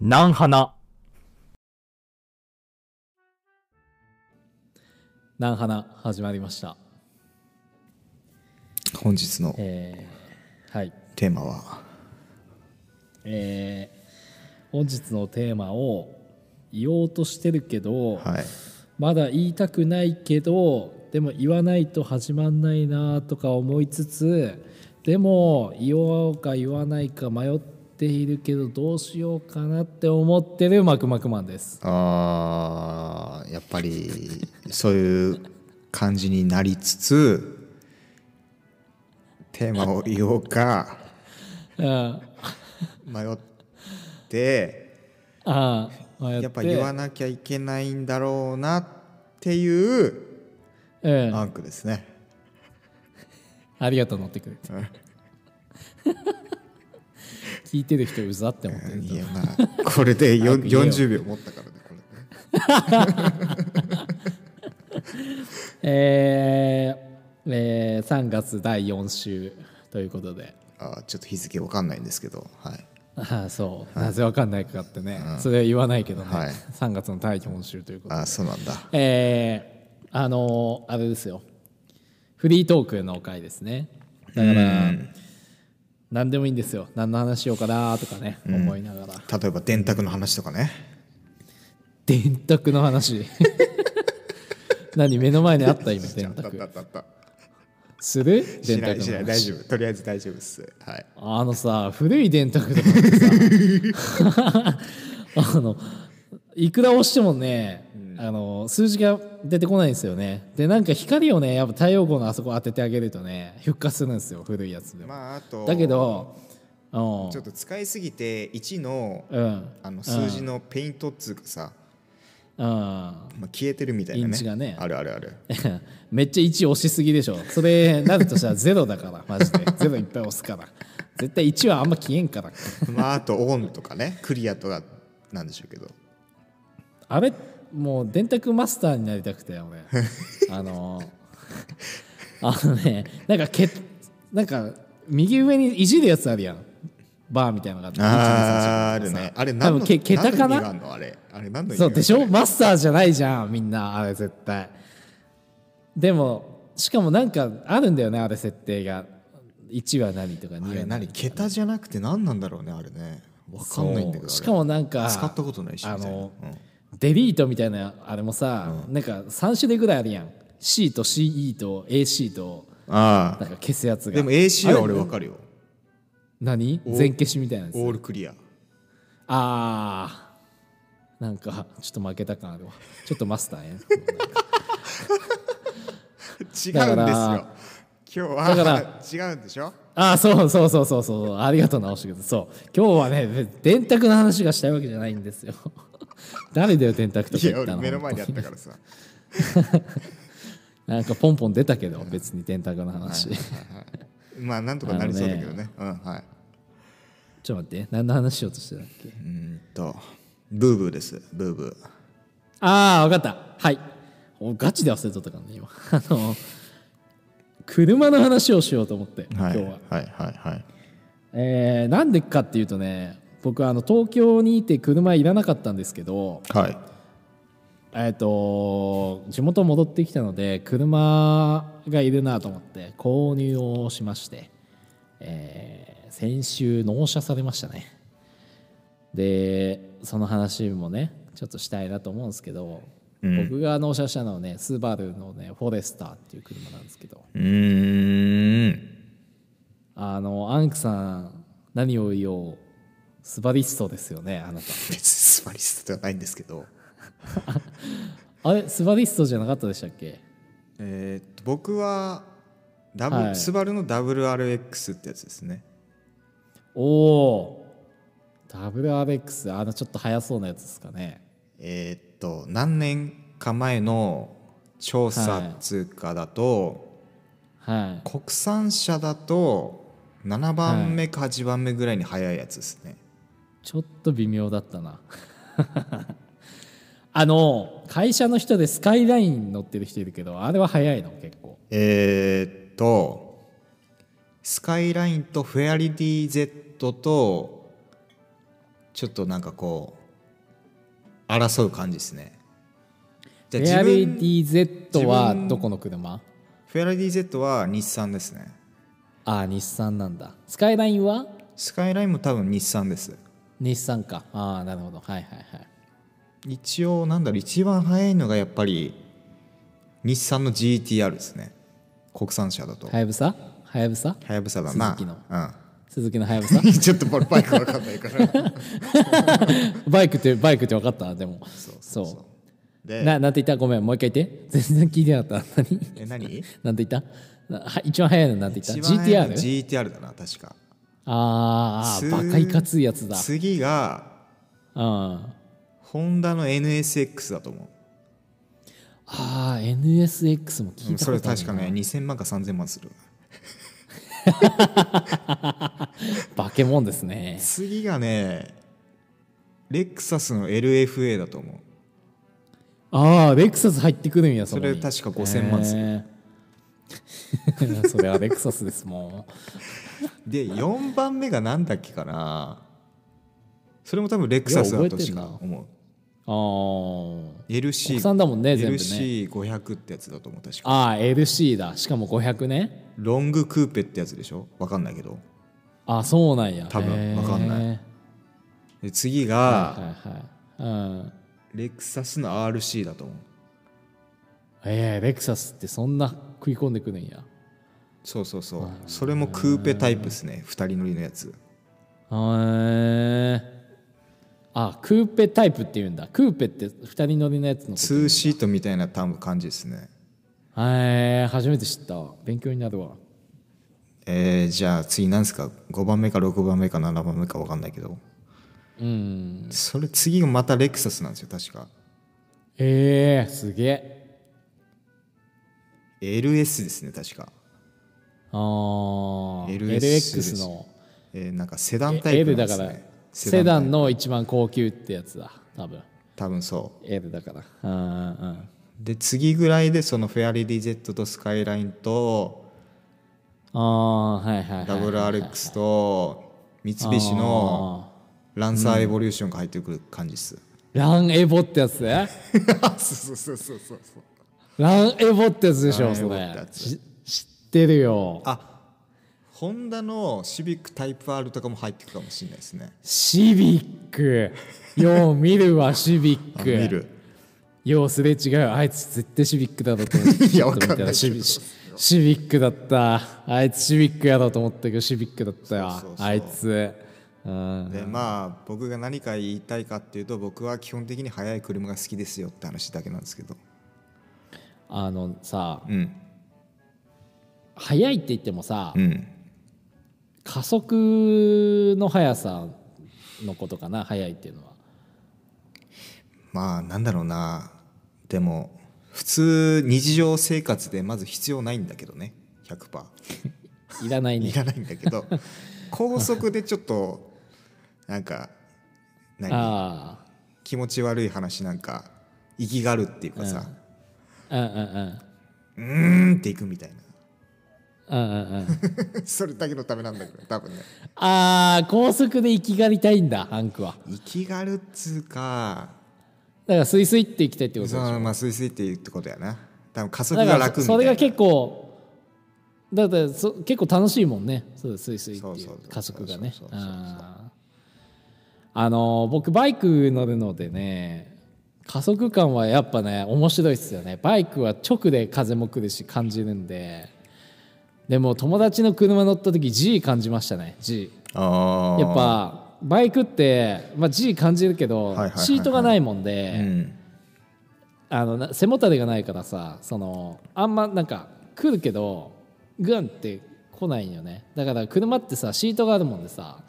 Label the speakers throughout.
Speaker 1: 南花。
Speaker 2: 南花始まりました。
Speaker 3: 本日の
Speaker 2: えーはい。
Speaker 3: テーマは
Speaker 2: えー本日のテーマを言おうとしてるけど、
Speaker 3: はい
Speaker 2: まだ言いたくないけど、でも言わないと始まんないなとか思いつつ、でも言おうか言わないか迷っているけどどうしようかなって思ってるマクマクマン です。
Speaker 3: あーやっぱりそういう感じになりつつテーマを言おう か
Speaker 2: うん、あ
Speaker 3: 迷って
Speaker 2: あー、迷って
Speaker 3: やっぱ言わなきゃいけないんだろうなっていう
Speaker 2: うん、
Speaker 3: アンクですね
Speaker 2: ありがとう乗ってくれて。 聞いてる人うざって思ってると
Speaker 3: いやまあこれでよ
Speaker 2: 早く
Speaker 3: ん
Speaker 2: 言えよ
Speaker 3: 40秒持ったからねこれね
Speaker 2: えーえー3月第4週ということで
Speaker 3: あーちょっと日付わかんないんですけどはい
Speaker 2: ああそう、なぜわかんないかってね、それは言わないけどね、
Speaker 3: はい
Speaker 2: 3月の第4週ということで
Speaker 3: あーそうなんだ
Speaker 2: えーあのーあれですよフリートークの回ですねだから何でもいいんですよ何の話しようかなとかね、思いながら
Speaker 3: 例えば電卓の話とかね
Speaker 2: 電卓の 話何目の前にあった今電
Speaker 3: あったあ
Speaker 2: 卓
Speaker 3: ったあった
Speaker 2: する電卓
Speaker 3: しな
Speaker 2: の
Speaker 3: い
Speaker 2: 話
Speaker 3: しない大丈夫とりあえず大丈夫ですはい
Speaker 2: あのさ古い電卓とかって さあのいくら押してもね、あの数字が出てこないんですよねでなんか光をねやっぱ太陽光のあそこ当ててあげるとね復活するんですよ古いやつでも、
Speaker 3: まああと
Speaker 2: だけどうん
Speaker 3: ちょっと使いすぎて1の
Speaker 2: うん
Speaker 3: あの数字のペイントっつうかさ、
Speaker 2: うん
Speaker 3: まあ、消えてるみたいな
Speaker 2: イン
Speaker 3: ね
Speaker 2: チがね
Speaker 3: あるあるある
Speaker 2: めっちゃ1押しすぎでしょそれなるとしたらゼロだからマジで ゼロいっぱい押すから絶対1はあんま消えんから
Speaker 3: まああとオンとか ねクリアとかなんでしょうけど
Speaker 2: あれもう電卓マスターになりたくて俺あのあのねなんかけなんか右上にいじるやつあるやんバーみたいなのがあって
Speaker 3: あーあるねあれ
Speaker 2: 多
Speaker 3: 何
Speaker 2: 分
Speaker 3: の
Speaker 2: け桁か
Speaker 3: 何の意
Speaker 2: な
Speaker 3: 味があんのあれあれ何の意味
Speaker 2: そうでし
Speaker 3: ょ
Speaker 2: ょマスターじゃないじゃんみんなあれ絶対でもしかもなんかあるんだよねあれ設定が1は何とか2は
Speaker 3: あ
Speaker 2: 何
Speaker 3: れ何桁じゃなくて何なんだろうねあれねわかんないんだけどあ
Speaker 2: そ
Speaker 3: れ
Speaker 2: うしかもなんか
Speaker 3: 使ったことないし
Speaker 2: あ
Speaker 3: みたいな
Speaker 2: の、デリートみたいなあれもさ、なんか3種類ぐらいあるやん C と CE と AC と
Speaker 3: あ
Speaker 2: なんか消すやつ
Speaker 3: あ
Speaker 2: が
Speaker 3: でも AC は俺わかるよ
Speaker 2: 何全消しみたいなやつ
Speaker 3: オールクリア
Speaker 2: あーなんかちょっと負けた感あるわちょっとマスターやん
Speaker 3: 違
Speaker 2: だか
Speaker 3: うん
Speaker 2: ら
Speaker 3: ですよ。今日
Speaker 2: だ
Speaker 3: は違うんでしょ
Speaker 2: ああそうそうそうそうそうありがとう直してくださいそう今日はね電卓の話がしたいわけじゃないんですよ 誰だよ電卓とか
Speaker 3: いや、
Speaker 2: 言った
Speaker 3: 俺
Speaker 2: の
Speaker 3: 目の前にあったからさ。
Speaker 2: なんかポンポン出たけど別に電卓の話 ち
Speaker 3: まあ、なんとかなりそうだけどね。うん、は
Speaker 2: ょ
Speaker 3: い。
Speaker 2: っと待って何の話しようとしてたっけ
Speaker 3: うーんと、ブーブーです、ブーブー。
Speaker 2: ああ、わかった。はい。おガチで忘れとったからね、今。 あの、車の話をしようと思って、今
Speaker 3: はい、
Speaker 2: 日は。
Speaker 3: はい、はい、はい。
Speaker 2: えーなんでかっていうとね、僕あの東京にいて車いらなかったんですけど、
Speaker 3: はい。
Speaker 2: えっ、と地元戻ってきたので車がいるなと思って購入をしまして、えー先週納車されましたねでその話もねちょっとしたいなと思うんですけど、僕が納車したのはねスバルのねフォレスターっていう車なんですけど
Speaker 3: うーん。
Speaker 2: あのアンクさん何を言おうスバリストですよねあなた
Speaker 3: 別にスパリストではないんですけど。
Speaker 2: あれスバリストじゃなかったでしたっけ
Speaker 3: えーっと、僕は、ダブル
Speaker 2: はい
Speaker 3: スバルの WRX ってやつですね。
Speaker 2: おお WRX あのちょっと速そうなやつですかね
Speaker 3: えーっと、何年か前の調査通貨だと、
Speaker 2: はい
Speaker 3: 国産車だと7番目か8番目ぐらいに速いやつですね、
Speaker 2: ちょっと微妙だったな あの会社の人でスカイライン乗ってる人いるけどあれは速いの結構
Speaker 3: えーっとスカイラインとフェアリティ Z とちょっとなんかこう争う感じですねじ
Speaker 2: フ
Speaker 3: ゃあ
Speaker 2: ェア
Speaker 3: 自
Speaker 2: リー
Speaker 3: 分
Speaker 2: ディ Z は
Speaker 3: 自分
Speaker 2: どこの車
Speaker 3: フェアリー DZ は日産ですね
Speaker 2: ああ日産なんだスカイラインは
Speaker 3: スカイラインも多分日産です
Speaker 2: 日産かああなるほどはいはいはい
Speaker 3: 一応なんだろう一番早いのがやっぱり日産の GTR ですね国産車だと
Speaker 2: はやぶさはやぶさ
Speaker 3: はやぶさだ
Speaker 2: 鈴
Speaker 3: な
Speaker 2: 木の
Speaker 3: ま
Speaker 2: 鈴木のはやぶ さ
Speaker 3: あ、うん、ちょっとバイクわかんないから
Speaker 2: バイクってバイクって分かったでも そう
Speaker 3: そうそうで
Speaker 2: ななんて言ったごめんもう一回言って全然聞いてなかった何
Speaker 3: え何
Speaker 2: なんて言ったなは一番早いのなんて言
Speaker 3: 一
Speaker 2: った
Speaker 3: 番早いの
Speaker 2: GTR?
Speaker 3: GTR だな確か
Speaker 2: あー
Speaker 3: す
Speaker 2: あーバカいかついやつだ
Speaker 3: 次が
Speaker 2: うんあ
Speaker 3: ホンダの NSX だと思
Speaker 2: あー NSX も
Speaker 3: う
Speaker 2: 聞
Speaker 3: う
Speaker 2: い
Speaker 3: ん
Speaker 2: た
Speaker 3: そ
Speaker 2: こ
Speaker 3: れ
Speaker 2: とある
Speaker 3: 確かね2000万か3000万する
Speaker 2: バケモンですね
Speaker 3: 次がねレクサスの LFA だと思う
Speaker 2: ああレクサス入ってくるんや
Speaker 3: そ
Speaker 2: こ
Speaker 3: れ
Speaker 2: に
Speaker 3: 確か5000万する
Speaker 2: へー それはレクサスですも
Speaker 3: で4番目が何だっけかなそれも多分レクサスだとしか思うん
Speaker 2: ああ
Speaker 3: LC
Speaker 2: 国産だもんね全部ね
Speaker 3: LC500 ってやつだと思う確か
Speaker 2: ああ LC だしかも500ね
Speaker 3: ロングクーペってやつでしょわかんないけど
Speaker 2: ああそうなんや
Speaker 3: 多分
Speaker 2: へー
Speaker 3: わかんないで
Speaker 2: はい
Speaker 3: 次が
Speaker 2: はいうん
Speaker 3: レクサスの RC だと思う
Speaker 2: えー、レクサスってそんな食い込んでくるんや
Speaker 3: そうそうそうそれもクーペタイプですね2人乗りのやつ
Speaker 2: へーあクーペタイプって言うんだクーペって2人乗りのやつのこと
Speaker 3: 2シートみたいな多分感じですね
Speaker 2: へー初めて知った勉強になるわ
Speaker 3: えー、じゃあ次なんですか5番目か6番目か7番目かわかんないけど
Speaker 2: うん
Speaker 3: それ次がまたレクサスなんですよ確か
Speaker 2: えー、すげえ
Speaker 3: LS ですね確か
Speaker 2: あー
Speaker 3: LS です
Speaker 2: LX の
Speaker 3: えーなんかセダンタイプ
Speaker 2: L
Speaker 3: なん
Speaker 2: だか
Speaker 3: です
Speaker 2: ら
Speaker 3: ね
Speaker 2: セダ
Speaker 3: タイ
Speaker 2: ン
Speaker 3: プ
Speaker 2: の一番高級ってやつだ多分
Speaker 3: 多分そう
Speaker 2: L だからうんうんうん
Speaker 3: で次ぐらいでそのフェアリーディ Z とスカイラインと
Speaker 2: ああーはいはいはいはい
Speaker 3: WRX と三菱のランサーエボリューションが入ってくる感じっす、
Speaker 2: ランエボってやつね
Speaker 3: そうそうそうそうそう
Speaker 2: ランエボってやつでし
Speaker 3: ラ
Speaker 2: ょ
Speaker 3: ンエ
Speaker 2: そ
Speaker 3: ボって
Speaker 2: れ
Speaker 3: やつ
Speaker 2: し知ってるよ
Speaker 3: あホンダのシビックタイプ R とかも入ってくるかもしれないですね
Speaker 2: シビックよう見るわシビッ
Speaker 3: あ
Speaker 2: ク
Speaker 3: 見る
Speaker 2: ようすれ違うあいつ絶対シビックだろうと思って
Speaker 3: いやわかんないけど
Speaker 2: シビシシビックだったあいつシビックやろうと思ったけどシビックだったよ
Speaker 3: そうそうそう
Speaker 2: あいつうん
Speaker 3: でまあ僕が何か言いたいかっていうと僕は基本的に速い車が好きですよって話だけなんですけど
Speaker 2: あのさ
Speaker 3: うん
Speaker 2: 速いって言ってもさ、
Speaker 3: うん
Speaker 2: 加速の速さのことかな速いっていうのは
Speaker 3: まあなんだろうなでも普通日常生活でまず必要ないんだけどね100%
Speaker 2: いらない
Speaker 3: い
Speaker 2: ね
Speaker 3: らないんだけ ど高速でちょっとなんか何
Speaker 2: あ
Speaker 3: 気持ち悪い話なんか意きがるっていうかさ
Speaker 2: あうんうんうん
Speaker 3: うーんっていくみたいな
Speaker 2: うんうんうん
Speaker 3: それだけのためなんだけど多分ね
Speaker 2: ああ高速で行きがりたいんだハンクは
Speaker 3: 意きがるっつうか
Speaker 2: だからスイスイって行きたいってことでし
Speaker 3: そ
Speaker 2: ょ
Speaker 3: のまあスイスイっていうってことやな多分加速
Speaker 2: だ
Speaker 3: が
Speaker 2: か
Speaker 3: 楽
Speaker 2: ら
Speaker 3: み
Speaker 2: そ
Speaker 3: たい
Speaker 2: れ
Speaker 3: な
Speaker 2: が結構だってそ結構楽しいもんねそうスイスイって
Speaker 3: そう
Speaker 2: い
Speaker 3: そううそう
Speaker 2: 加速がね
Speaker 3: そうそうそうそう
Speaker 2: あーあのー僕バイク乗るのでね加速感はやっぱね面白いっすよねバイクは直で風も来るし感じるんででも友達の車乗った時 G 感じましたね G
Speaker 3: あー
Speaker 2: やっぱバイクって、まあ、G 感じるけど、
Speaker 3: いはいはいはい
Speaker 2: シートがないもんで、
Speaker 3: うん
Speaker 2: あのな背もたれがないからさそのあんまなんか来るけどグンって来ないんよねだから車ってさシートがあるもんでさ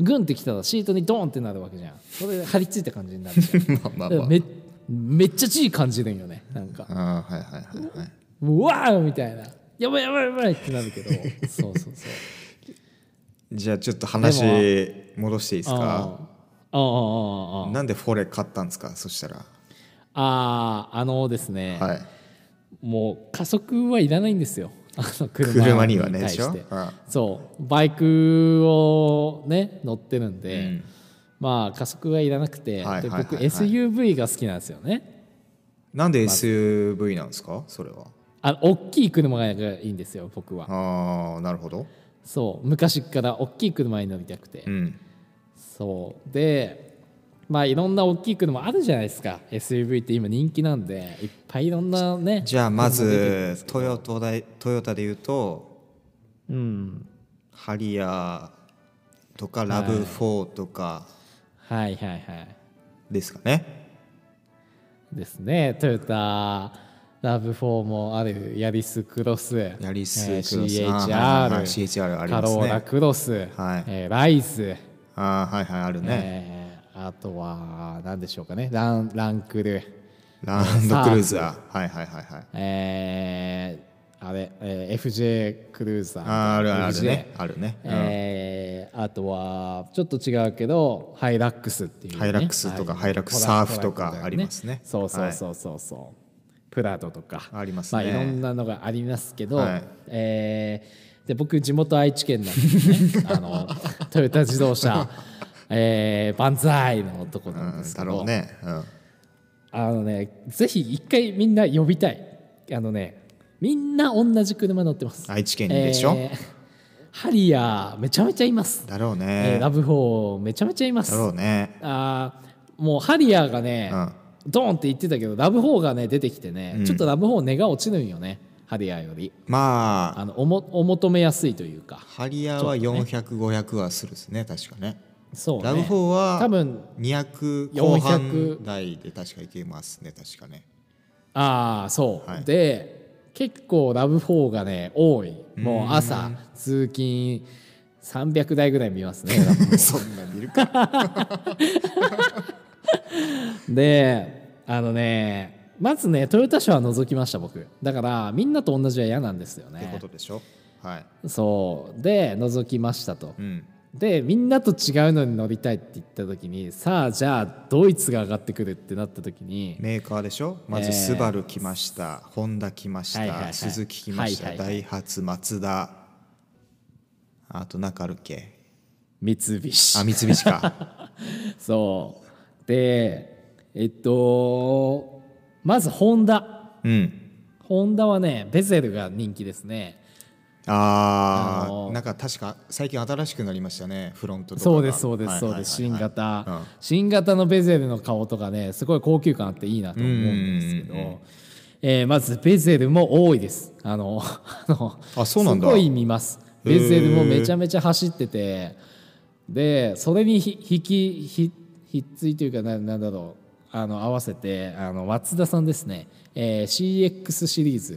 Speaker 2: グンって来たらシートにドーンってなるわけじゃんそれで張り付いた感じになる じゃん
Speaker 3: まあまあ
Speaker 2: だか
Speaker 3: ま
Speaker 2: ら
Speaker 3: あ
Speaker 2: めめっちゃ G 感じるんよねなんか
Speaker 3: あーはいはいはいはいう
Speaker 2: わーみたいなやばいやばいやばいってなる けどそうそうそう
Speaker 3: じゃあちょっと話戻していいですか
Speaker 2: あーあーあーあー
Speaker 3: なんでフォレ買ったんですかそしたら
Speaker 2: あーあのですね、
Speaker 3: はい
Speaker 2: もう加速はいらないんですよ あの車
Speaker 3: 車にはね
Speaker 2: 対して
Speaker 3: でしょうん
Speaker 2: そうバイクをね乗ってるんで、
Speaker 3: うん
Speaker 2: まあ加速はいらなくて、
Speaker 3: はい
Speaker 2: で
Speaker 3: はいはい
Speaker 2: 僕
Speaker 3: はい
Speaker 2: SUV が好きなんですよね
Speaker 3: なんで SUV なんですかそれは
Speaker 2: あ大きい車がいいんですよ僕は
Speaker 3: ああなるほど
Speaker 2: そう昔から大きい車に乗りたくて、
Speaker 3: うん
Speaker 2: そうでまあいろんな大きい車あるじゃないですか SUV って今人気なんでいっぱいいろんなね
Speaker 3: じゃあま
Speaker 2: 車出てるんで
Speaker 3: ず
Speaker 2: すけど
Speaker 3: トヨタでトヨタで言うと
Speaker 2: うん
Speaker 3: ハリアーとかラブ4とか
Speaker 2: はいはいはい
Speaker 3: ですかね、
Speaker 2: ですねトヨタラブ4もあるヤリスクロス
Speaker 3: ヤリス
Speaker 2: えー
Speaker 3: クロス
Speaker 2: CHR、
Speaker 3: あはいはい CHR ありますね
Speaker 2: カローラクロス、
Speaker 3: はい
Speaker 2: えーライズ、
Speaker 3: ああはいはいあるね、
Speaker 2: えーあとは何でしょうかねランランクル、
Speaker 3: ランドクルーザーはいはいはいはい
Speaker 2: えーあれ、えー FJ クルーザー
Speaker 3: あーあるある
Speaker 2: FJ
Speaker 3: ねあるね、うん
Speaker 2: えーあとはちょっと違うけどハイラックスっていうね、
Speaker 3: ハイラックスとか
Speaker 2: はい
Speaker 3: ハイラックス
Speaker 2: トラ
Speaker 3: サーフとか
Speaker 2: トラックだよ
Speaker 3: ありますね
Speaker 2: そうそうそうそうそう、プラドとか
Speaker 3: あります
Speaker 2: あ、
Speaker 3: ね
Speaker 2: いろんなのがありますけど、
Speaker 3: はい
Speaker 2: えーで僕地元愛知県なんです ねあのトヨタ自動車、えー、万歳のとこなんです
Speaker 3: だ
Speaker 2: け
Speaker 3: ろ
Speaker 2: ど、
Speaker 3: うね、うん、
Speaker 2: あのねぜひ一回みんな呼びたいあのねみんな同じ車乗ってます
Speaker 3: 愛知県にでしょ、
Speaker 2: えーハリアーめちゃめちゃいます
Speaker 3: だろう
Speaker 2: え
Speaker 3: ね
Speaker 2: ー、ラブホーめちゃめちゃいます
Speaker 3: だろうね
Speaker 2: あーもうハリアーがね、ドーンって言ってたけどラブホーがね出てきてね、
Speaker 3: うん
Speaker 2: ちょっとラブホー値が落ちるんよねハリアーより
Speaker 3: まあ
Speaker 2: あのおもお求めやすいというか
Speaker 3: ハリアーは400500はするですね確かね
Speaker 2: そうね
Speaker 3: ラブ4は
Speaker 2: 多分
Speaker 3: 200
Speaker 2: 400
Speaker 3: 後半台で確かいけますね確か ね
Speaker 2: ああそう、
Speaker 3: はい
Speaker 2: で結構ラブ4がね多いもう朝通勤300台ぐらい見ますね
Speaker 3: そんな見るか
Speaker 2: であのねまずねトヨタ車は除きました僕だからみんなと同じは嫌なんですよ
Speaker 3: ってこ
Speaker 2: ね
Speaker 3: とでしょはい
Speaker 2: そうで覗きましたと、
Speaker 3: うん
Speaker 2: でみんなと違うのに乗りたいって言った時にさあじゃあドイツが上がってくるってなった時に、
Speaker 3: メーカーでしょまず
Speaker 2: えー
Speaker 3: スバル来ました、ホンダ来ました、
Speaker 2: はいはいはい
Speaker 3: スズキ来ました、
Speaker 2: はいはいはい
Speaker 3: ダイハツマツダあと中あるっけ
Speaker 2: 三菱
Speaker 3: あ三 菱か
Speaker 2: そうでえっとまずホンダ
Speaker 3: うん
Speaker 2: ホンダはねベゼルが人気ですね
Speaker 3: あー
Speaker 2: あのー
Speaker 3: なんか確か最近新しくなりましたねフロントとかが
Speaker 2: そうですそうで
Speaker 3: は
Speaker 2: す
Speaker 3: い
Speaker 2: そ
Speaker 3: はいうはいはい
Speaker 2: です新型、
Speaker 3: うん
Speaker 2: 新型のベゼルの顔とかねすごい高級感あっていいなと思うんですけど、
Speaker 3: うんうんうん
Speaker 2: えーまずベゼルも多いですあの あの
Speaker 3: あそうなんだ
Speaker 2: すごい見ますベゼルもめちゃめちゃ走っててでそれにひ引きひひっついというかななんだろうあの合わせてあの松田さんですね、えー CX シリーズ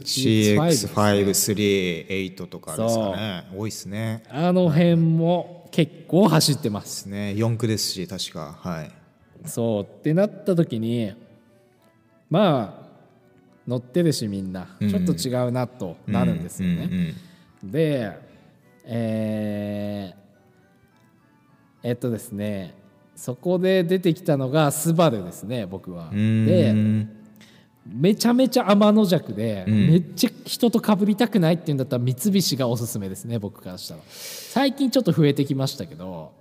Speaker 3: CX538 とかですかね多いですね
Speaker 2: あの辺も結構走ってます
Speaker 3: ですね4区ですし確かはい
Speaker 2: そうってなった時にまあ乗ってるしみんな
Speaker 3: うん
Speaker 2: ちょっと違うなとなるんですよね。
Speaker 3: うんうん
Speaker 2: でえーえっとですねそこで出てきたのがスバルですね僕は。
Speaker 3: うんう
Speaker 2: で
Speaker 3: ん
Speaker 2: めちゃめちゃ天の弱で、
Speaker 3: ん
Speaker 2: めっちゃ人と被りたくないっていうんだったら三菱がおすすめですね僕からしたら。最近ちょっと増えてきましたけど。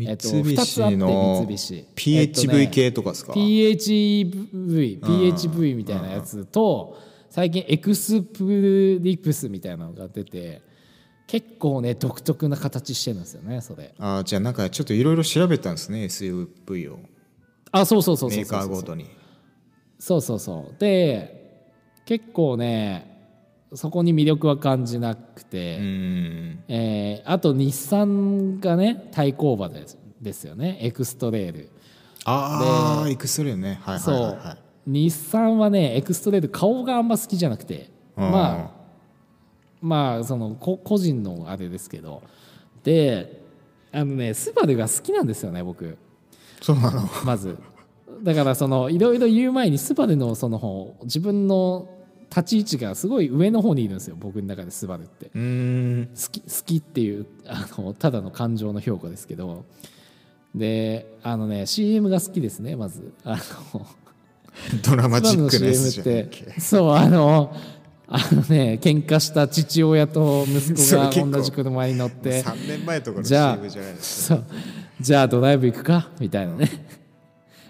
Speaker 2: え
Speaker 3: 三
Speaker 2: っと二つあって
Speaker 3: 菱の
Speaker 2: 三菱えっ
Speaker 3: PHV
Speaker 2: とね
Speaker 3: 系とかですか、
Speaker 2: PHEV、PHV みたいなやつと、最近エクスプリプスみたいなのが出て、結構ね、独特な形してるんですよね、それ。
Speaker 3: あーじゃあなんかちょっといろいろ調べたんですね SUV を
Speaker 2: あ、そうそうそう
Speaker 3: メ
Speaker 2: そう
Speaker 3: ー
Speaker 2: そう
Speaker 3: カー
Speaker 2: そう
Speaker 3: ごとに
Speaker 2: そうそうそう。で、結構ね、そこに魅力は感じなく
Speaker 3: う
Speaker 2: て、
Speaker 3: ん
Speaker 2: えーあと日産がね、対抗馬ですですよね、エクストレール。
Speaker 3: ああエクストレールねはいはいはいはい
Speaker 2: そう日産はねエクストレール顔があんま好きじゃなくて
Speaker 3: うん
Speaker 2: まあまあそのこ個人のあれですけどであのねスバルが好きなんですよね僕
Speaker 3: そうなの
Speaker 2: まず だからそのいろいろ言う前にスバルのその自分の立ち位置がすごい上の方にいるんですよ僕の中でスバルって
Speaker 3: うん
Speaker 2: 好き好きっていうあのただの感情の評価ですけどであのね CM が好きですねまずあの
Speaker 3: ドラマ
Speaker 2: スバ
Speaker 3: チ
Speaker 2: ル
Speaker 3: ッ
Speaker 2: の
Speaker 3: クなや
Speaker 2: CM
Speaker 3: つじ
Speaker 2: っ
Speaker 3: ゃないってけ
Speaker 2: そうあのあのね喧嘩した父親と息子
Speaker 3: それ
Speaker 2: が
Speaker 3: 結構
Speaker 2: 同じ車に乗って
Speaker 3: 3年前とかの
Speaker 2: じゃあ
Speaker 3: CM じゃないですか
Speaker 2: そうじゃあドライブ行くかみたいなね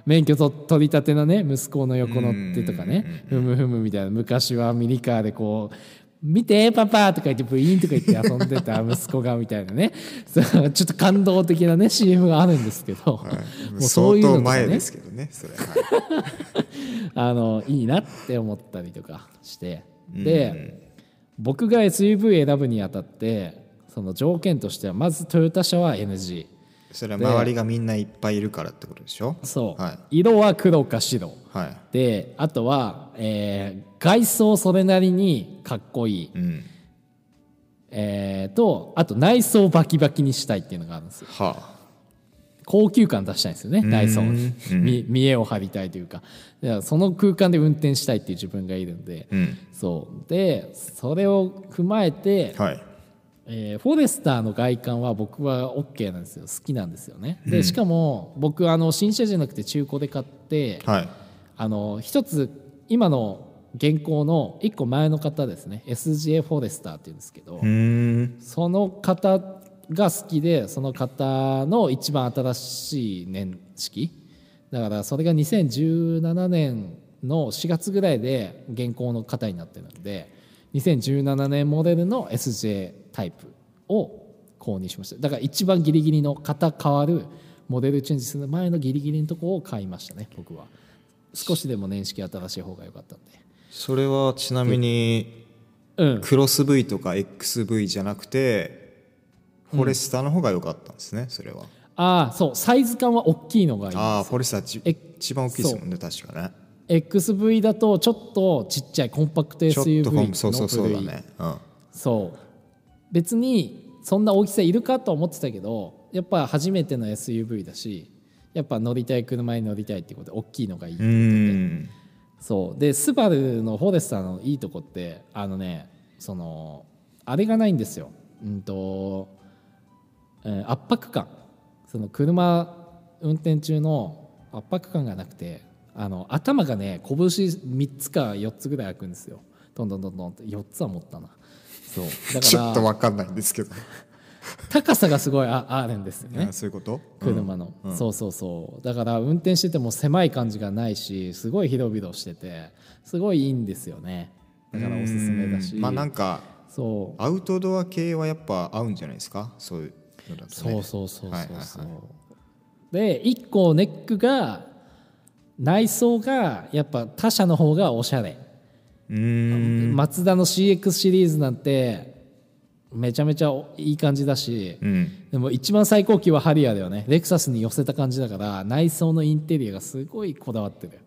Speaker 2: 免許と取り立てのね息子の横乗ってとかねふむふむみたいな昔はミニカーでこう「見てパパ」とか言ってブイーンとか言って遊んでた息子がみたいなねそうちょっと感動的なね CM があるんですけど、もうそ
Speaker 3: 相
Speaker 2: ういうの
Speaker 3: 当
Speaker 2: とか
Speaker 3: 前
Speaker 2: ね
Speaker 3: ですけどねそ れ、はい
Speaker 2: あのいいなって思ったりとかしてで、僕が SUV 選ぶにあたってその条件としてはまずトヨタ車は NG
Speaker 3: それは周りがみんないっぱいいるからってことでしょ
Speaker 2: そう、
Speaker 3: は
Speaker 2: 色は黒か白
Speaker 3: いは
Speaker 2: であとは、えー外装それなりにかっこいい、
Speaker 3: いうん
Speaker 2: えーとあと内装バキバキにしたいっていうのがあるんですよ
Speaker 3: はあ
Speaker 2: 高級感出したいんですよね内装に
Speaker 3: うん
Speaker 2: み見栄を張りたいというかだからその空間で運転したいっていう自分がいるんで、
Speaker 3: うん
Speaker 2: そうでそれを踏まえて、
Speaker 3: はい
Speaker 2: えーフォレスターの外観は僕は OK なんですよ好きなんですよねでしかも僕あの新車じゃなくて中古で買って、
Speaker 3: はい
Speaker 2: あの一つ今の現行の一個前の方ですね SGA フォレスターっていうんですけど、
Speaker 3: うーん
Speaker 2: その方が好きでその方の一番新しい年式だからそれが2017年の4月ぐらいで現行の方になってるんで2017年モデルの SJ タイプを購入しましただから一番ギリギリの型変わるモデルチェンジする前のギリギリのとこを買いましたね僕は少しでも年式新しい方が良かったんで
Speaker 3: それはちなみに
Speaker 2: うん
Speaker 3: クロス V とか XV じゃなくてフォレスターの方が良かったんですね、それは
Speaker 2: ああそうサイズ感は大きいのがいい
Speaker 3: ああフォレスターち
Speaker 2: え
Speaker 3: 一番大きいですもんね確かね
Speaker 2: XV だとちょっとちっちゃいコンパクト
Speaker 3: ちょっと
Speaker 2: SUV
Speaker 3: ほ
Speaker 2: の
Speaker 3: んそうそうそうだ
Speaker 2: 部類
Speaker 3: ねうん
Speaker 2: そう別にそんな大きさいるかと思ってたけどやっぱ初めての SUV だしやっぱ乗りたい車に乗りたいってことで大きいのがいい、
Speaker 3: うーん
Speaker 2: そうでスバルのフォレスターのいいとこってあのねそのあれがないんですよ、うんとえー圧迫感その車運転中の圧迫感がなくてあの頭がね拳3つか4つぐらい開くんですよどんどんどんどんって4つは持ったなそうだ
Speaker 3: ちょっ
Speaker 2: か
Speaker 3: と
Speaker 2: ら
Speaker 3: 分かんないんですけど、
Speaker 2: 高さがすごいああるんですよね
Speaker 3: あそういうこと
Speaker 2: 車の、そうそうそうだから運転してても狭い感じがないしすごい広々しててすごいいいんですよねだからおすすめだし
Speaker 3: うんまあなんか
Speaker 2: そう
Speaker 3: アウトドア系はやっぱ合うんじゃないですかそういうのだとね
Speaker 2: そうそうそうそうそう、
Speaker 3: はいはいは
Speaker 2: で1個ネックが内装がやっぱ他社の方がおしゃれ、
Speaker 3: うーん
Speaker 2: マツダの CX シリーズなんてめちゃめちゃいい感じだし、
Speaker 3: うん
Speaker 2: でも一番最高級はハリアーだよねレクサスに寄せた感じだから内装のインテリアがすごいこだわってる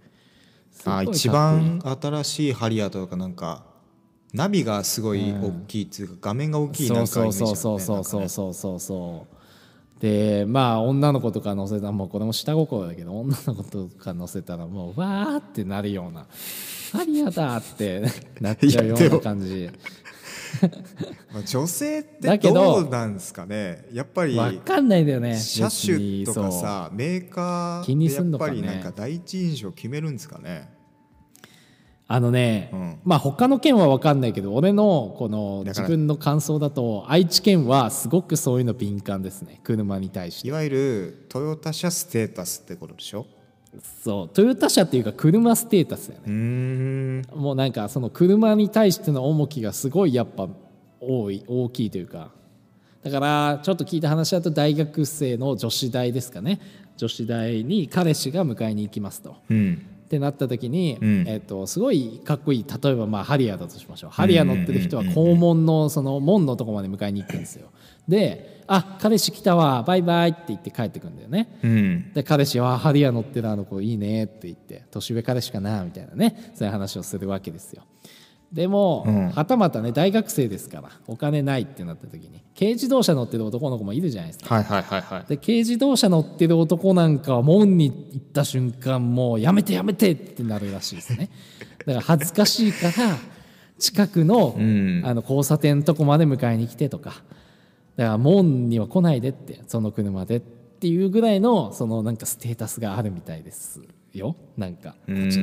Speaker 2: すごい
Speaker 3: あ
Speaker 2: かっこいい
Speaker 3: 一番新しいハリアーとかなんかナビがすごい大きいっていうか、画面が大きい
Speaker 2: そ
Speaker 3: な
Speaker 2: うん
Speaker 3: かイ
Speaker 2: そ
Speaker 3: メ
Speaker 2: う
Speaker 3: ージだ
Speaker 2: そ
Speaker 3: ね
Speaker 2: うそうそうそうん
Speaker 3: なかね
Speaker 2: そうそうそうでまあ女の子とか乗せたらもうこれも下心だけど女の子とか乗せたらもうわーってなるようなハリアーだってなっちゃうよ
Speaker 3: いうやで
Speaker 2: な
Speaker 3: も
Speaker 2: 感じ
Speaker 3: まあ、女性っ
Speaker 2: だ
Speaker 3: て
Speaker 2: け
Speaker 3: ど
Speaker 2: ど
Speaker 3: うなんですかねやっぱり
Speaker 2: わかんないんだよね
Speaker 3: 車
Speaker 2: 別
Speaker 3: 種
Speaker 2: に
Speaker 3: とか
Speaker 2: そう
Speaker 3: さメーカ
Speaker 2: 気
Speaker 3: ー
Speaker 2: に
Speaker 3: って
Speaker 2: す
Speaker 3: や
Speaker 2: ん
Speaker 3: っ
Speaker 2: のか
Speaker 3: ぱ
Speaker 2: ね
Speaker 3: りなんか第一印象決めるんですかね
Speaker 2: あのね、
Speaker 3: うん
Speaker 2: まあ他の県は分かんないけど俺のこの
Speaker 3: だか
Speaker 2: 自
Speaker 3: ら
Speaker 2: 分の感想だと愛知県はすごくそういうの敏感ですね車に対して
Speaker 3: いわゆるトヨタ車ステータスってことでしょ
Speaker 2: そうトヨタ車っていうか車ステータスだよ
Speaker 3: う
Speaker 2: ね、
Speaker 3: ーん
Speaker 2: もうなんかその車に対しての重きがすごいやっぱ多い大きいというかだからちょっと聞いた話だと大学生の女子大ですかね女子大に彼氏が迎えに行きますと。
Speaker 3: うん
Speaker 2: ってなった時に、
Speaker 3: うん
Speaker 2: えっとすごいかっこいい例えばまあハリアーだとしましょうハリアー乗ってる人は校門のその門のとこまで迎えに行くんですよで「あ彼氏来たわバイバイ」って言って帰ってくんだよね
Speaker 3: うん
Speaker 2: で彼氏は「ハリアー乗ってるあの子いいね」って言って年上彼氏かなみたいなねそういう話をするわけですよでも、
Speaker 3: うん
Speaker 2: はたまたね大学生ですからお金ないってなった時に軽自動車乗ってる男の子もいるじゃないですか
Speaker 3: はいはいはいはい
Speaker 2: で軽自動車乗ってる男なんかは門に行った瞬間もうやめてやめてってなるらしい ですねだから恥ずかしいから近くの,、
Speaker 3: ん
Speaker 2: あの交差点のとこまで迎えに来てとかだから門には来ないでってその車でっていうぐらいのそのなんかステータスがあるみたいですよなんかこちら
Speaker 3: う
Speaker 2: は。
Speaker 3: ー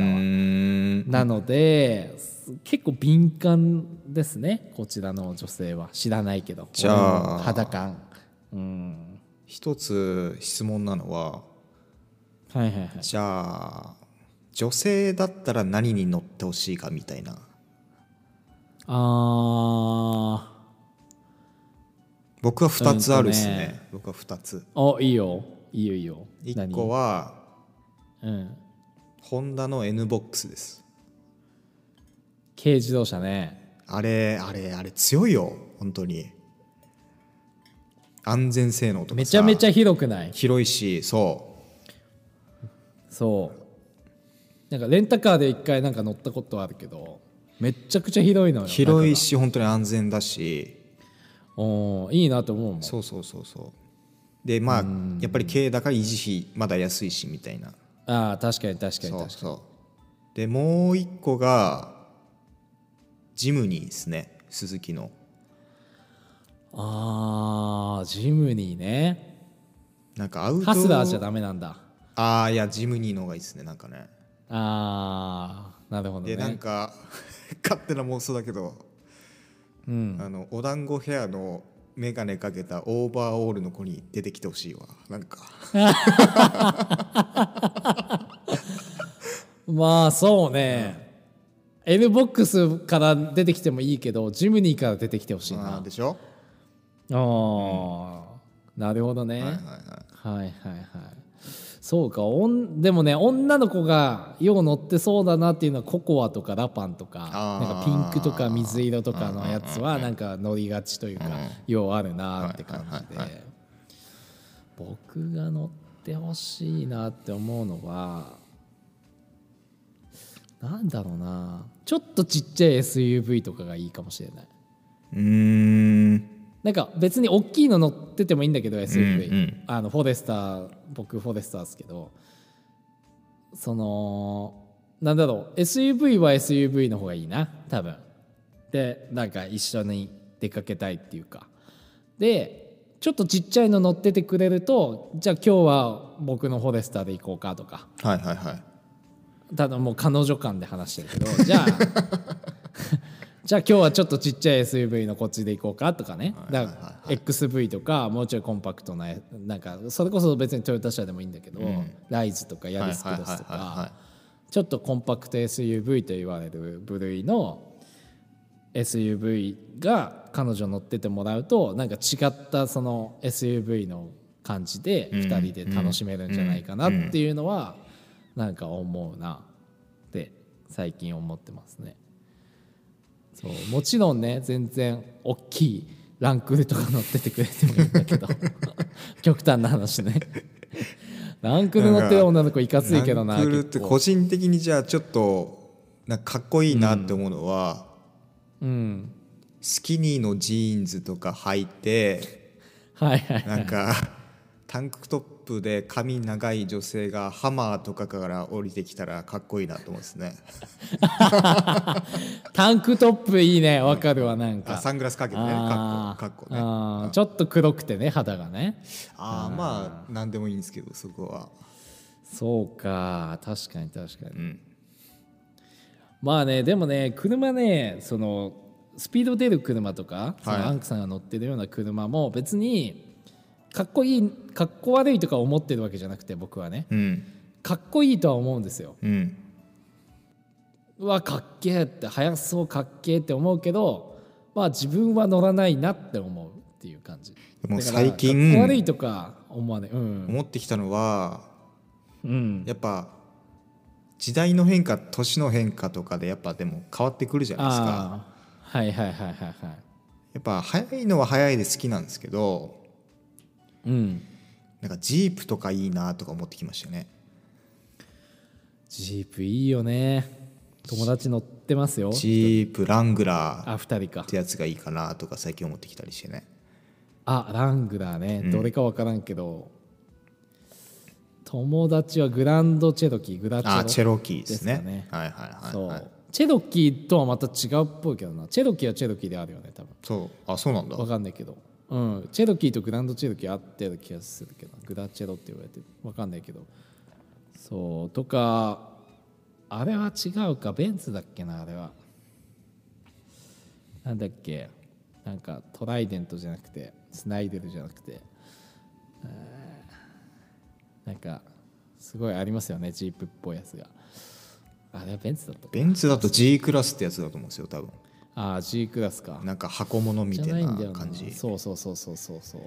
Speaker 3: ん
Speaker 2: なので結構敏感ですねこちらの女性は知らないけど
Speaker 3: じゃあ
Speaker 2: うん肌感うん
Speaker 3: 一つ質問なのは
Speaker 2: はいはいはい
Speaker 3: じゃあ女性だったら何に乗ってほしいかみたいな
Speaker 2: あ
Speaker 3: 僕は2つあるですね,、
Speaker 2: うんとね
Speaker 3: 僕は2つ
Speaker 2: ーあいいよいいよいいよ
Speaker 3: 1個は
Speaker 2: 何うん
Speaker 3: ホンダの N ボックスです
Speaker 2: 軽自動車ね
Speaker 3: あれあれあれ強いよ本当に安全性能とかさ
Speaker 2: めちゃめち
Speaker 3: ゃ
Speaker 2: ゃ広くない
Speaker 3: 広いしそ
Speaker 2: そうなんかレンタカーで一回なんか乗ったことはあるけどめっちゃくちゃ広いのよ
Speaker 3: う広い
Speaker 2: 中
Speaker 3: し本当に安全だし
Speaker 2: がおーいいなと思うもん
Speaker 3: そうそうそうそうでまあやっぱり経営だから維持費まだ安いしみたいな
Speaker 2: ああ確かに確かに確か
Speaker 3: そう
Speaker 2: に
Speaker 3: そうでもう一個がジムニーですね鈴木の
Speaker 2: ああジムニーね
Speaker 3: なんかアウト
Speaker 2: ハスラーじゃダメなんだ
Speaker 3: ああいやジムニーの方がいいですねなんかね
Speaker 2: ああなるほど
Speaker 3: で
Speaker 2: ね
Speaker 3: なんか 勝手な妄想だけど、
Speaker 2: うん、
Speaker 3: あのお団子ヘアの眼鏡かけたオーバーオールの子に出てきてほしいわなんか
Speaker 2: まあそうね、N ボックスから出てきてもいいけどジムニーから出てきてほしいな
Speaker 3: あーでしょ
Speaker 2: あーなるほどね、
Speaker 3: はいはい
Speaker 2: は
Speaker 3: は
Speaker 2: いはいはいそうかおんでもね女の子がよう乗ってそうだなっていうのはココアとかラパンとか
Speaker 3: あー
Speaker 2: なんかピンクとか水色とかのやつはなんか乗りがちというか、ようあるなって感じで、
Speaker 3: はいはいは
Speaker 2: 僕が乗ってほしいなって思うのはなんだろうなちょっとちっちゃい SUV とかがいいかもしれない
Speaker 3: いうーん
Speaker 2: なんか別に大きいの乗っててもいいんだけど SUV、
Speaker 3: うんうん
Speaker 2: あのフォレスター僕フォレスターですけどそのなんだろう SUV は SUV の方がいいな多分でなんか一緒に出かけたいっていうかでちょっとちっちゃいの乗っててくれるとじゃあ今日は僕のフォレスターで行こうかとか
Speaker 3: はいはいはい
Speaker 2: ただもう彼女間で話してるけ どじゃあじゃあ今日はちょっとちっちゃい SUV のこっちで行こうかとかねだから XV とかもうちょいコンパクトななんかそれこそ別にトヨタ車でもいいんだけど、ライズとかヤリスクロスと
Speaker 3: はいはいはいはいは
Speaker 2: かちょっとコンパクト SUV と言われる部類の SUV が彼女乗っててもらうとなんか違ったその SUV の感じで2人で楽しめるんじゃないかなっていうのはなんか思うなって最近思ってますね。そうもちろんね全然大きいランクルとか乗っててくれてもいいんだけど 極端な話ねランクル乗ってる女の子いかついけどな
Speaker 3: ランクルって
Speaker 2: 結構
Speaker 3: 個人的にじゃあちょっとなんかかっこいいなって思うのは、
Speaker 2: うん
Speaker 3: スキニーのジーンズとか履いて
Speaker 2: はいはい
Speaker 3: なんか タンクトップで髪長い女性がハマーとかから降りてきたらかっこいいなと思うんですね
Speaker 2: タンクトップいいねわかるわなん
Speaker 3: あ
Speaker 2: か
Speaker 3: サングラスかけてねか
Speaker 2: あ
Speaker 3: っ
Speaker 2: ー
Speaker 3: こかっこねあ
Speaker 2: あーちょっと黒くてね肌がね
Speaker 3: あーまあ何でもいいんですけどそこは
Speaker 2: そうか確かに確かに
Speaker 3: うん
Speaker 2: まあねでもね車ねそのスピード出る車とか、その
Speaker 3: はい
Speaker 2: アンクさんが乗ってるような車も別にかっこいいかっこ悪いとか思ってるわけじゃなくて僕はね
Speaker 3: うん
Speaker 2: かっこいいとは思うんですよ
Speaker 3: うん
Speaker 2: うわかっけえって速そうかっけえって思うけどまあ自分は乗らないなって思うっていう感じ
Speaker 3: でも
Speaker 2: だからかっ
Speaker 3: 最
Speaker 2: こ悪
Speaker 3: 近
Speaker 2: いとか思わないうん
Speaker 3: 思ってきたのは
Speaker 2: うん
Speaker 3: やっぱ時代の変化年の変化とかでやっぱでも変わってくるじゃないですか
Speaker 2: ああはいはいはいはいはい
Speaker 3: やっぱ早いのは早いで好きなんですけど
Speaker 2: うん
Speaker 3: なんかジープとかいいなとか思ってきましたね
Speaker 2: ジープいいよね友達乗ってますよ
Speaker 3: ジープラングラーっ
Speaker 2: あ二人か
Speaker 3: てやつがいいかなとか最近思ってきたりしてね
Speaker 2: あラングラーねどれか分からんけど、友達はグランドチェロキーグラチェ
Speaker 3: あ
Speaker 2: ロ
Speaker 3: チェロキーです
Speaker 2: です
Speaker 3: ね
Speaker 2: かね
Speaker 3: はいはい
Speaker 2: そ
Speaker 3: は
Speaker 2: う、
Speaker 3: い、はい、
Speaker 2: チェロキーとはまた違うっぽいけどなチェロキーはチェロキーであるよね多分
Speaker 3: そうあそうなんだ
Speaker 2: 分かんないけどうんチェロキーとグランドチェロキーあったような気がするけどグラチェロって言われて分かんないけどそうとかあれは違うかベンツだっけなあれはなんだっけなんかトライデントじゃなくてスナイデルじゃなくてなんかすごいありますよねジープっぽいやつがあれはベンツだと
Speaker 3: ベンツだと G クラスってやつだと思うんですよ多分
Speaker 2: ああ G クラスか
Speaker 3: なんか箱物みたいな感じ
Speaker 2: そうそうそうそうそうそう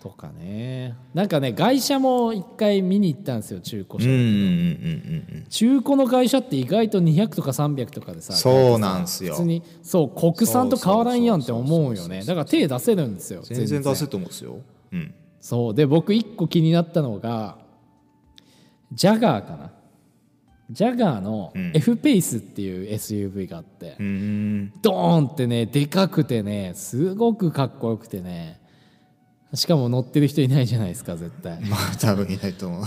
Speaker 2: とかねなんかね外車も一回見に行ったんですよ中古
Speaker 3: うん
Speaker 2: 車、
Speaker 3: うんうんうんうんうん
Speaker 2: 中古の外車って意外と200とか300とかでさ
Speaker 3: そうなんすよ
Speaker 2: 普通にそう国産と変わらんやんって思う
Speaker 3: そうそう
Speaker 2: よ
Speaker 3: そう
Speaker 2: ね
Speaker 3: そう
Speaker 2: だから手出せるんですよ
Speaker 3: 全然出せると思うんですようん
Speaker 2: そうで僕一個気になったのがジャガーかなジャガーの
Speaker 3: うん
Speaker 2: F ペースっていう SUV があって、
Speaker 3: うーん
Speaker 2: ドーンってねでかくてねすごくかっこよくてねしかも乗ってる人いないじゃないですか絶対
Speaker 3: まあ多分いないと思う は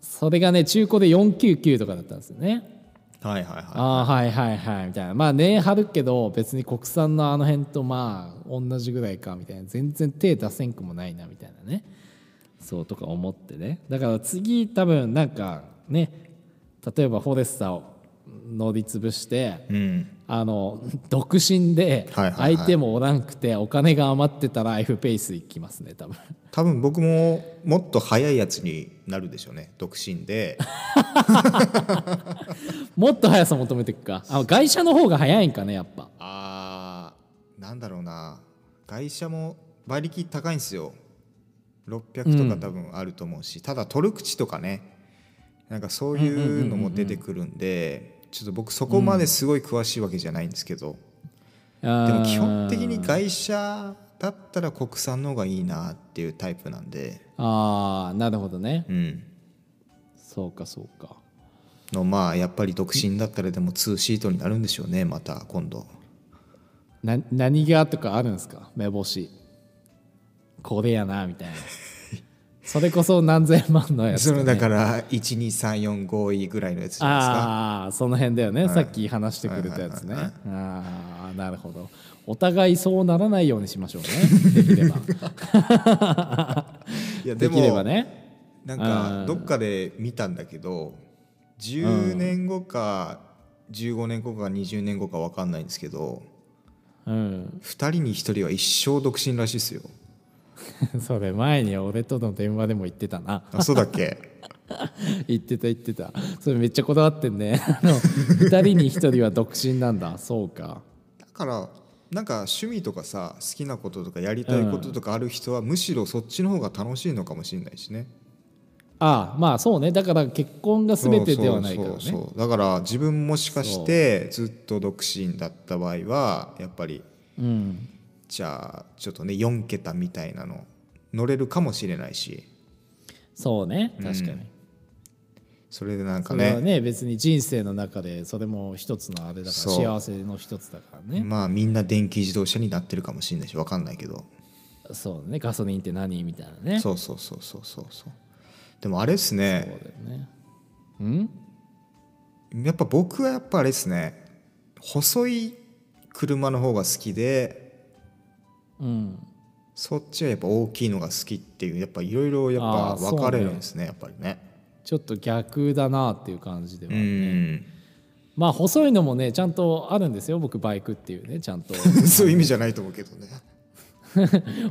Speaker 2: それがね中古で499とかだったんですよね
Speaker 3: いはいは
Speaker 2: ああはいはいはいみたいなまあ値張るけど別に国産のあの辺とまあ同じぐらいかみたいな全然手出せんくもないなみたいなねそうとか思ってねだから次多分なんかね例えばフォレスターを乗り潰して
Speaker 3: いうん
Speaker 2: あの独身で
Speaker 3: はいはいはい
Speaker 2: 相手もおらんくてお金が余ってたら F ペース行きますね多分
Speaker 3: 多分僕ももっと早いやつになるでしょうね独身で
Speaker 2: もっと速さ求めていくかあ外車の方が速いんかねやっぱ
Speaker 3: あーなんだろうな外車も馬力高いんですよ600とか多分あると思うし、ただトルク値とかねなんかそういうのも出てくるんでちょっと僕そこまですごい詳しいわけじゃないんですけど、
Speaker 2: で
Speaker 3: でも基本的に外車だったら国産の方がいいなっていうタイプなんで、
Speaker 2: ああなるほどね
Speaker 3: うん、
Speaker 2: そうかそうか
Speaker 3: のまあやっぱり独身だったらでも2シートになるんでしょうねまた今度
Speaker 2: な何がとかあるんですか目星これやなみた いなそれこそ何千万のやつ
Speaker 3: それだから1234位ぐらいのやつじゃないですか
Speaker 2: ああーその辺だよね、さっき話してくれたやつね、ああなるほどお互いそうならないようにしましょうね できれば
Speaker 3: いやで
Speaker 2: で
Speaker 3: も
Speaker 2: きればね
Speaker 3: なんかどっかで見たんだけど10年後か15年後か20年後か分かんないんですけど
Speaker 2: うん、
Speaker 3: 2人に1人は一生独身らしいですよ
Speaker 2: それ前に俺との電話でも言ってたな
Speaker 3: あそうだっけ
Speaker 2: 言ってた言ってたそれめっちゃこだわってんね あの2人に1人は独身なんだそうか
Speaker 3: だからなんか趣味とかさ好きなこととかやりたいこととかある人はむしろそっちの方が楽しいのかもしれないしね
Speaker 2: ああまあそうねだから結婚が全てではないからね
Speaker 3: そうそうそうだから自分もしかしてずっと独身だった場合はやっぱり
Speaker 2: うん
Speaker 3: じゃあちょっとね4桁みたいなの乗れるかもしれないし
Speaker 2: そうね確かに、
Speaker 3: それでなんか
Speaker 2: それは
Speaker 3: ね
Speaker 2: ね別に人生の中でそれも一つのあれだから
Speaker 3: そう
Speaker 2: 幸せの一つだからね
Speaker 3: まあみんな電気自動車になってるかもしれないし分かんないけど
Speaker 2: そうねガソリンって何みたいなね
Speaker 3: そうそうそうそうそうそうでもあれですね
Speaker 2: そうだよねうん
Speaker 3: やっぱ僕はやっぱあれですね細い車の方が好きで
Speaker 2: うん
Speaker 3: そっちはやっぱ大きいのが好きっていうやっぱいろいろやっぱ
Speaker 2: あーそう
Speaker 3: 分
Speaker 2: ね
Speaker 3: かれるんですねやっぱりね
Speaker 2: ちょっと逆だなっていう感じでは、
Speaker 3: うん
Speaker 2: まあ細いのもねちゃんとあるんですよ僕バイクっていうねちゃんと
Speaker 3: そういう意味じゃないと思うけどね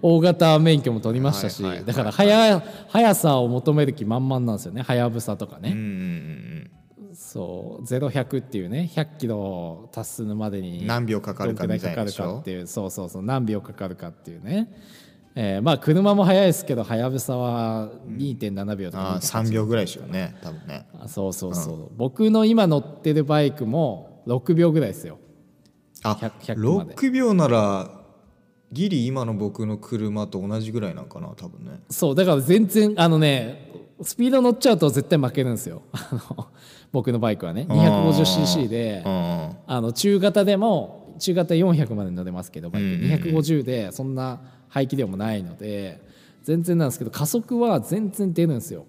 Speaker 2: 大型免許も取りましたし、
Speaker 3: はいはいはい
Speaker 2: だから速速さを求める気満々なんですよねはやぶさとかね、
Speaker 3: うんうんうん
Speaker 2: そう0100っていうね100キロ達するまで
Speaker 3: うん
Speaker 2: に
Speaker 3: 何秒かかるか
Speaker 2: どん
Speaker 3: み
Speaker 2: くら
Speaker 3: た
Speaker 2: いかか
Speaker 3: いなで
Speaker 2: る
Speaker 3: し
Speaker 2: か
Speaker 3: ょ
Speaker 2: っていうそうそうそう何秒かかるかっていうね、えーまあ車も速いですけどはやぶさは2.7秒とか、
Speaker 3: ああ3秒ぐらいでしょうね多分ね
Speaker 2: あそうそうそう、僕の今乗ってるバイクも6秒ぐらいですよ
Speaker 3: あ
Speaker 2: 100 100まで
Speaker 3: 6秒ならギリ今の僕の車と同じぐらいなんかな多分ね
Speaker 2: そうだから全然あのねスピード乗っちゃうと絶対負けるんですよあの僕のバイクはね 250cc で
Speaker 3: うん
Speaker 2: あの中型でも中型400まで乗れますけどバイク250でそんな排気量もないので全然なんですけど加速は全然出るんですよ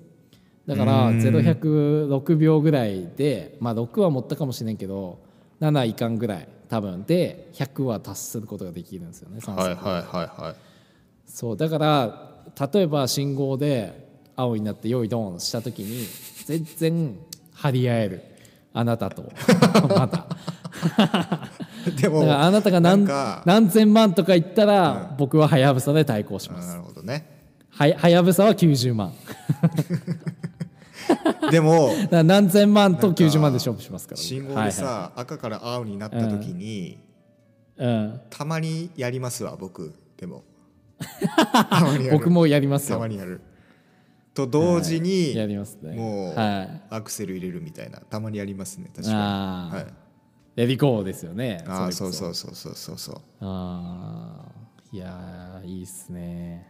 Speaker 2: だから0106秒ぐらいでまあ6は持ったかもしれんけど7いかんぐらい多分で100は達することができるんですよね
Speaker 3: は
Speaker 2: 三
Speaker 3: い
Speaker 2: 速
Speaker 3: はいはいはい
Speaker 2: そうだから例えば信号で青になって「よいドン」した時に全然張り合えるあな たとまだ
Speaker 3: で
Speaker 2: だ
Speaker 3: も
Speaker 2: からあなたが何
Speaker 3: なんか
Speaker 2: 何千万とか言ったら、僕ははやぶさで対抗し
Speaker 3: あ
Speaker 2: ます
Speaker 3: なるほどね
Speaker 2: ははやぶさは90万
Speaker 3: でも
Speaker 2: だから何千万と
Speaker 3: なんか
Speaker 2: 90万で勝負しますから
Speaker 3: 信号でさ、
Speaker 2: はいは
Speaker 3: 赤から青になった時に、
Speaker 2: いうん、
Speaker 3: たまにやりますわ僕 でもたまにやる
Speaker 2: 僕もやります
Speaker 3: た
Speaker 2: よ
Speaker 3: まにやると同時に、
Speaker 2: やりますね
Speaker 3: もう、
Speaker 2: はい
Speaker 3: アクセル入れるみたいなたまにやりますね確かに
Speaker 2: ああ、
Speaker 3: はい、
Speaker 2: レディコーですよね
Speaker 3: ああそう
Speaker 2: れこ
Speaker 3: そうそうそうそうそう
Speaker 2: ああいやーいいっすね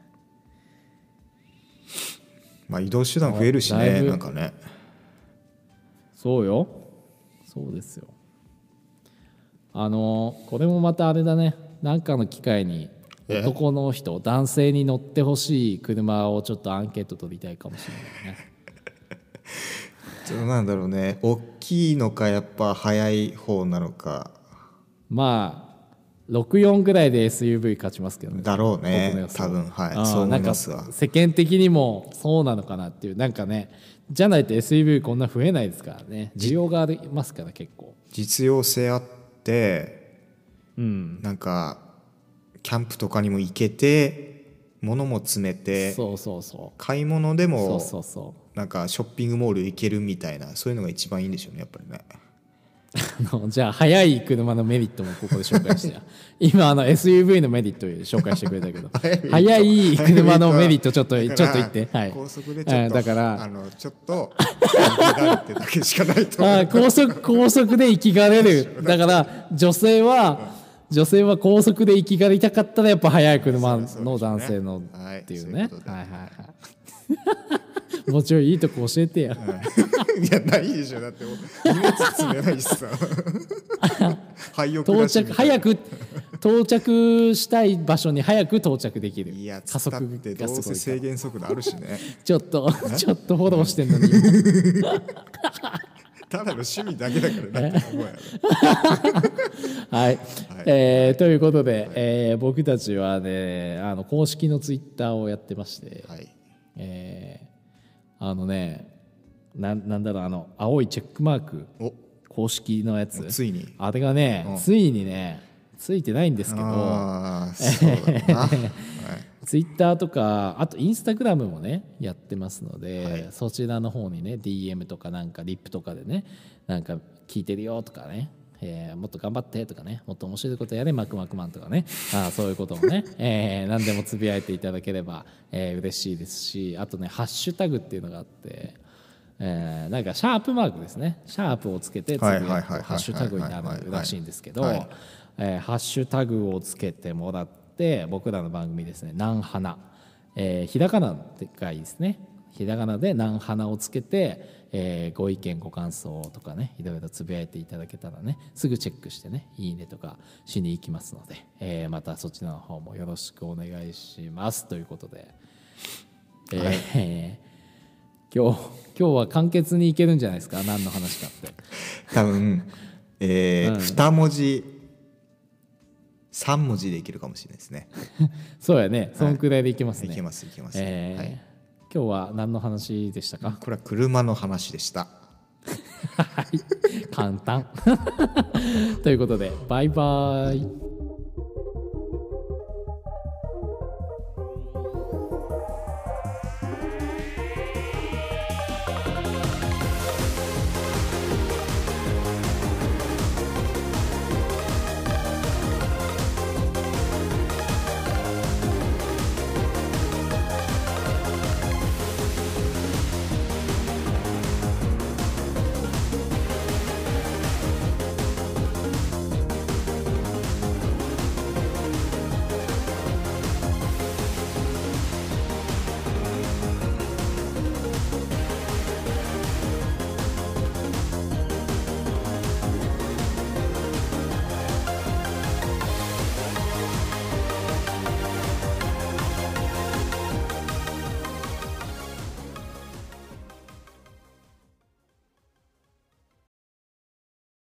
Speaker 3: まあ移動手段増えるし
Speaker 2: あだい
Speaker 3: ね
Speaker 2: ぶ
Speaker 3: なんかね
Speaker 2: そうよそうですよあのーこれもまたあれだねなんかの機会に
Speaker 3: え
Speaker 2: 男の人男性に乗ってほしい車をちょっとアンケート取りたいかもしれないね
Speaker 3: どうなんだろうね大きいのかやっぱ速い方なのか
Speaker 2: まあ64ぐらいで SUV 勝ちますけどね
Speaker 3: だろう
Speaker 2: 僕の
Speaker 3: ね
Speaker 2: 予想
Speaker 3: 多分はい
Speaker 2: あー
Speaker 3: そう思
Speaker 2: ないんか
Speaker 3: ますわ
Speaker 2: 世間的にもそうなのかなっていうなんかねじゃないと SUV こんな増えないですからね需要がありますから結構
Speaker 3: 実用性あって
Speaker 2: うん
Speaker 3: なんかキャンプとかにも行けて物も詰めて
Speaker 2: そうそうそ
Speaker 3: 買い物で
Speaker 2: うそ
Speaker 3: も
Speaker 2: うそうそう
Speaker 3: なんかショッピングモール行けるみたいなそういうのが一番いいんでしょうねやっぱ りね
Speaker 2: あのじゃあ速い車のメリットもここで紹介して や今あの SUV のメリットを紹介してくれたけど速い車のメリットちょっとちょっ
Speaker 3: だ
Speaker 2: と
Speaker 3: から
Speaker 2: 言ってはい
Speaker 3: 高速でちょっ
Speaker 2: うん
Speaker 3: と
Speaker 2: だから
Speaker 3: あのちょっとあるってだけしかないと思う
Speaker 2: あー高速高速で生きがれるだから女性は女性は高速で生きがりたかったらやっぱ速い車の男性の
Speaker 3: はい
Speaker 2: っていう
Speaker 3: そうい
Speaker 2: ね
Speaker 3: うことで
Speaker 2: はいはいはいもうちろんい いとこ教えてや
Speaker 3: いやないでしょだってもう荷物詰めない しさ廃屋
Speaker 2: 到
Speaker 3: だし
Speaker 2: 着
Speaker 3: みたいな
Speaker 2: 早く到着したい場所に早く到着できる
Speaker 3: いや
Speaker 2: 加
Speaker 3: 加
Speaker 2: 速
Speaker 3: 速
Speaker 2: が
Speaker 3: ってどう
Speaker 2: すご
Speaker 3: せ
Speaker 2: いから
Speaker 3: 制限速度あるしね
Speaker 2: ちょっと、ちょっとフォローしてんのに 今。
Speaker 3: ただの趣味だけだからなって思うやろ
Speaker 2: はい、えーということで、えー僕たちはね、あの公式のツイッターをやってまして、
Speaker 3: はい
Speaker 2: えーあのね、なん、なんだろう、あの青いチェックマーク。
Speaker 3: お
Speaker 2: 公式のやつ。
Speaker 3: ついに
Speaker 2: あれがね、ついにね、ついてないんですけど。
Speaker 3: ああそうだな、 はい、
Speaker 2: ツイッターとかあとインスタグラムもねやってますので、
Speaker 3: はい
Speaker 2: そちらの方にね DM とかなんかリップとかでねなんか聞いてるよとかね、えーもっと頑張ってとかねもっと面白いことやれマクマクマンとかねあーそういうことも ね、えー何でもつぶやいていただければ、えー嬉しいですしあとねハッシュタグっていうのがあって。えーなんかシャープマークですねシャープをつけてつぶやくと
Speaker 3: はいはいはいはいはいはい
Speaker 2: ハッシュタグになるらしいんですけど、
Speaker 3: はい
Speaker 2: えーハッシュタグをつけてもらって僕らの番組ですね「なんはな」えーひらがながいいですねひらがなで「なんはな」をつけて、えーご意見ご感想とかねいろいろつぶやいていただけたらねすぐチェックしてね「いいね」とかしに行きますので、えーまたそちらの方もよろしくお願いしますということで、えー 今日今日は簡潔にいけるんじゃないですか何の話かって。
Speaker 3: 多分えー二文字三文字でいけるかもしれないですね
Speaker 2: そうやね、そんくらいでいけますね。
Speaker 3: いけますいけます、
Speaker 2: えー
Speaker 3: はい、
Speaker 2: 今日は何の話でしたか
Speaker 3: これは車の話でした
Speaker 2: はい簡単ということでバイバイ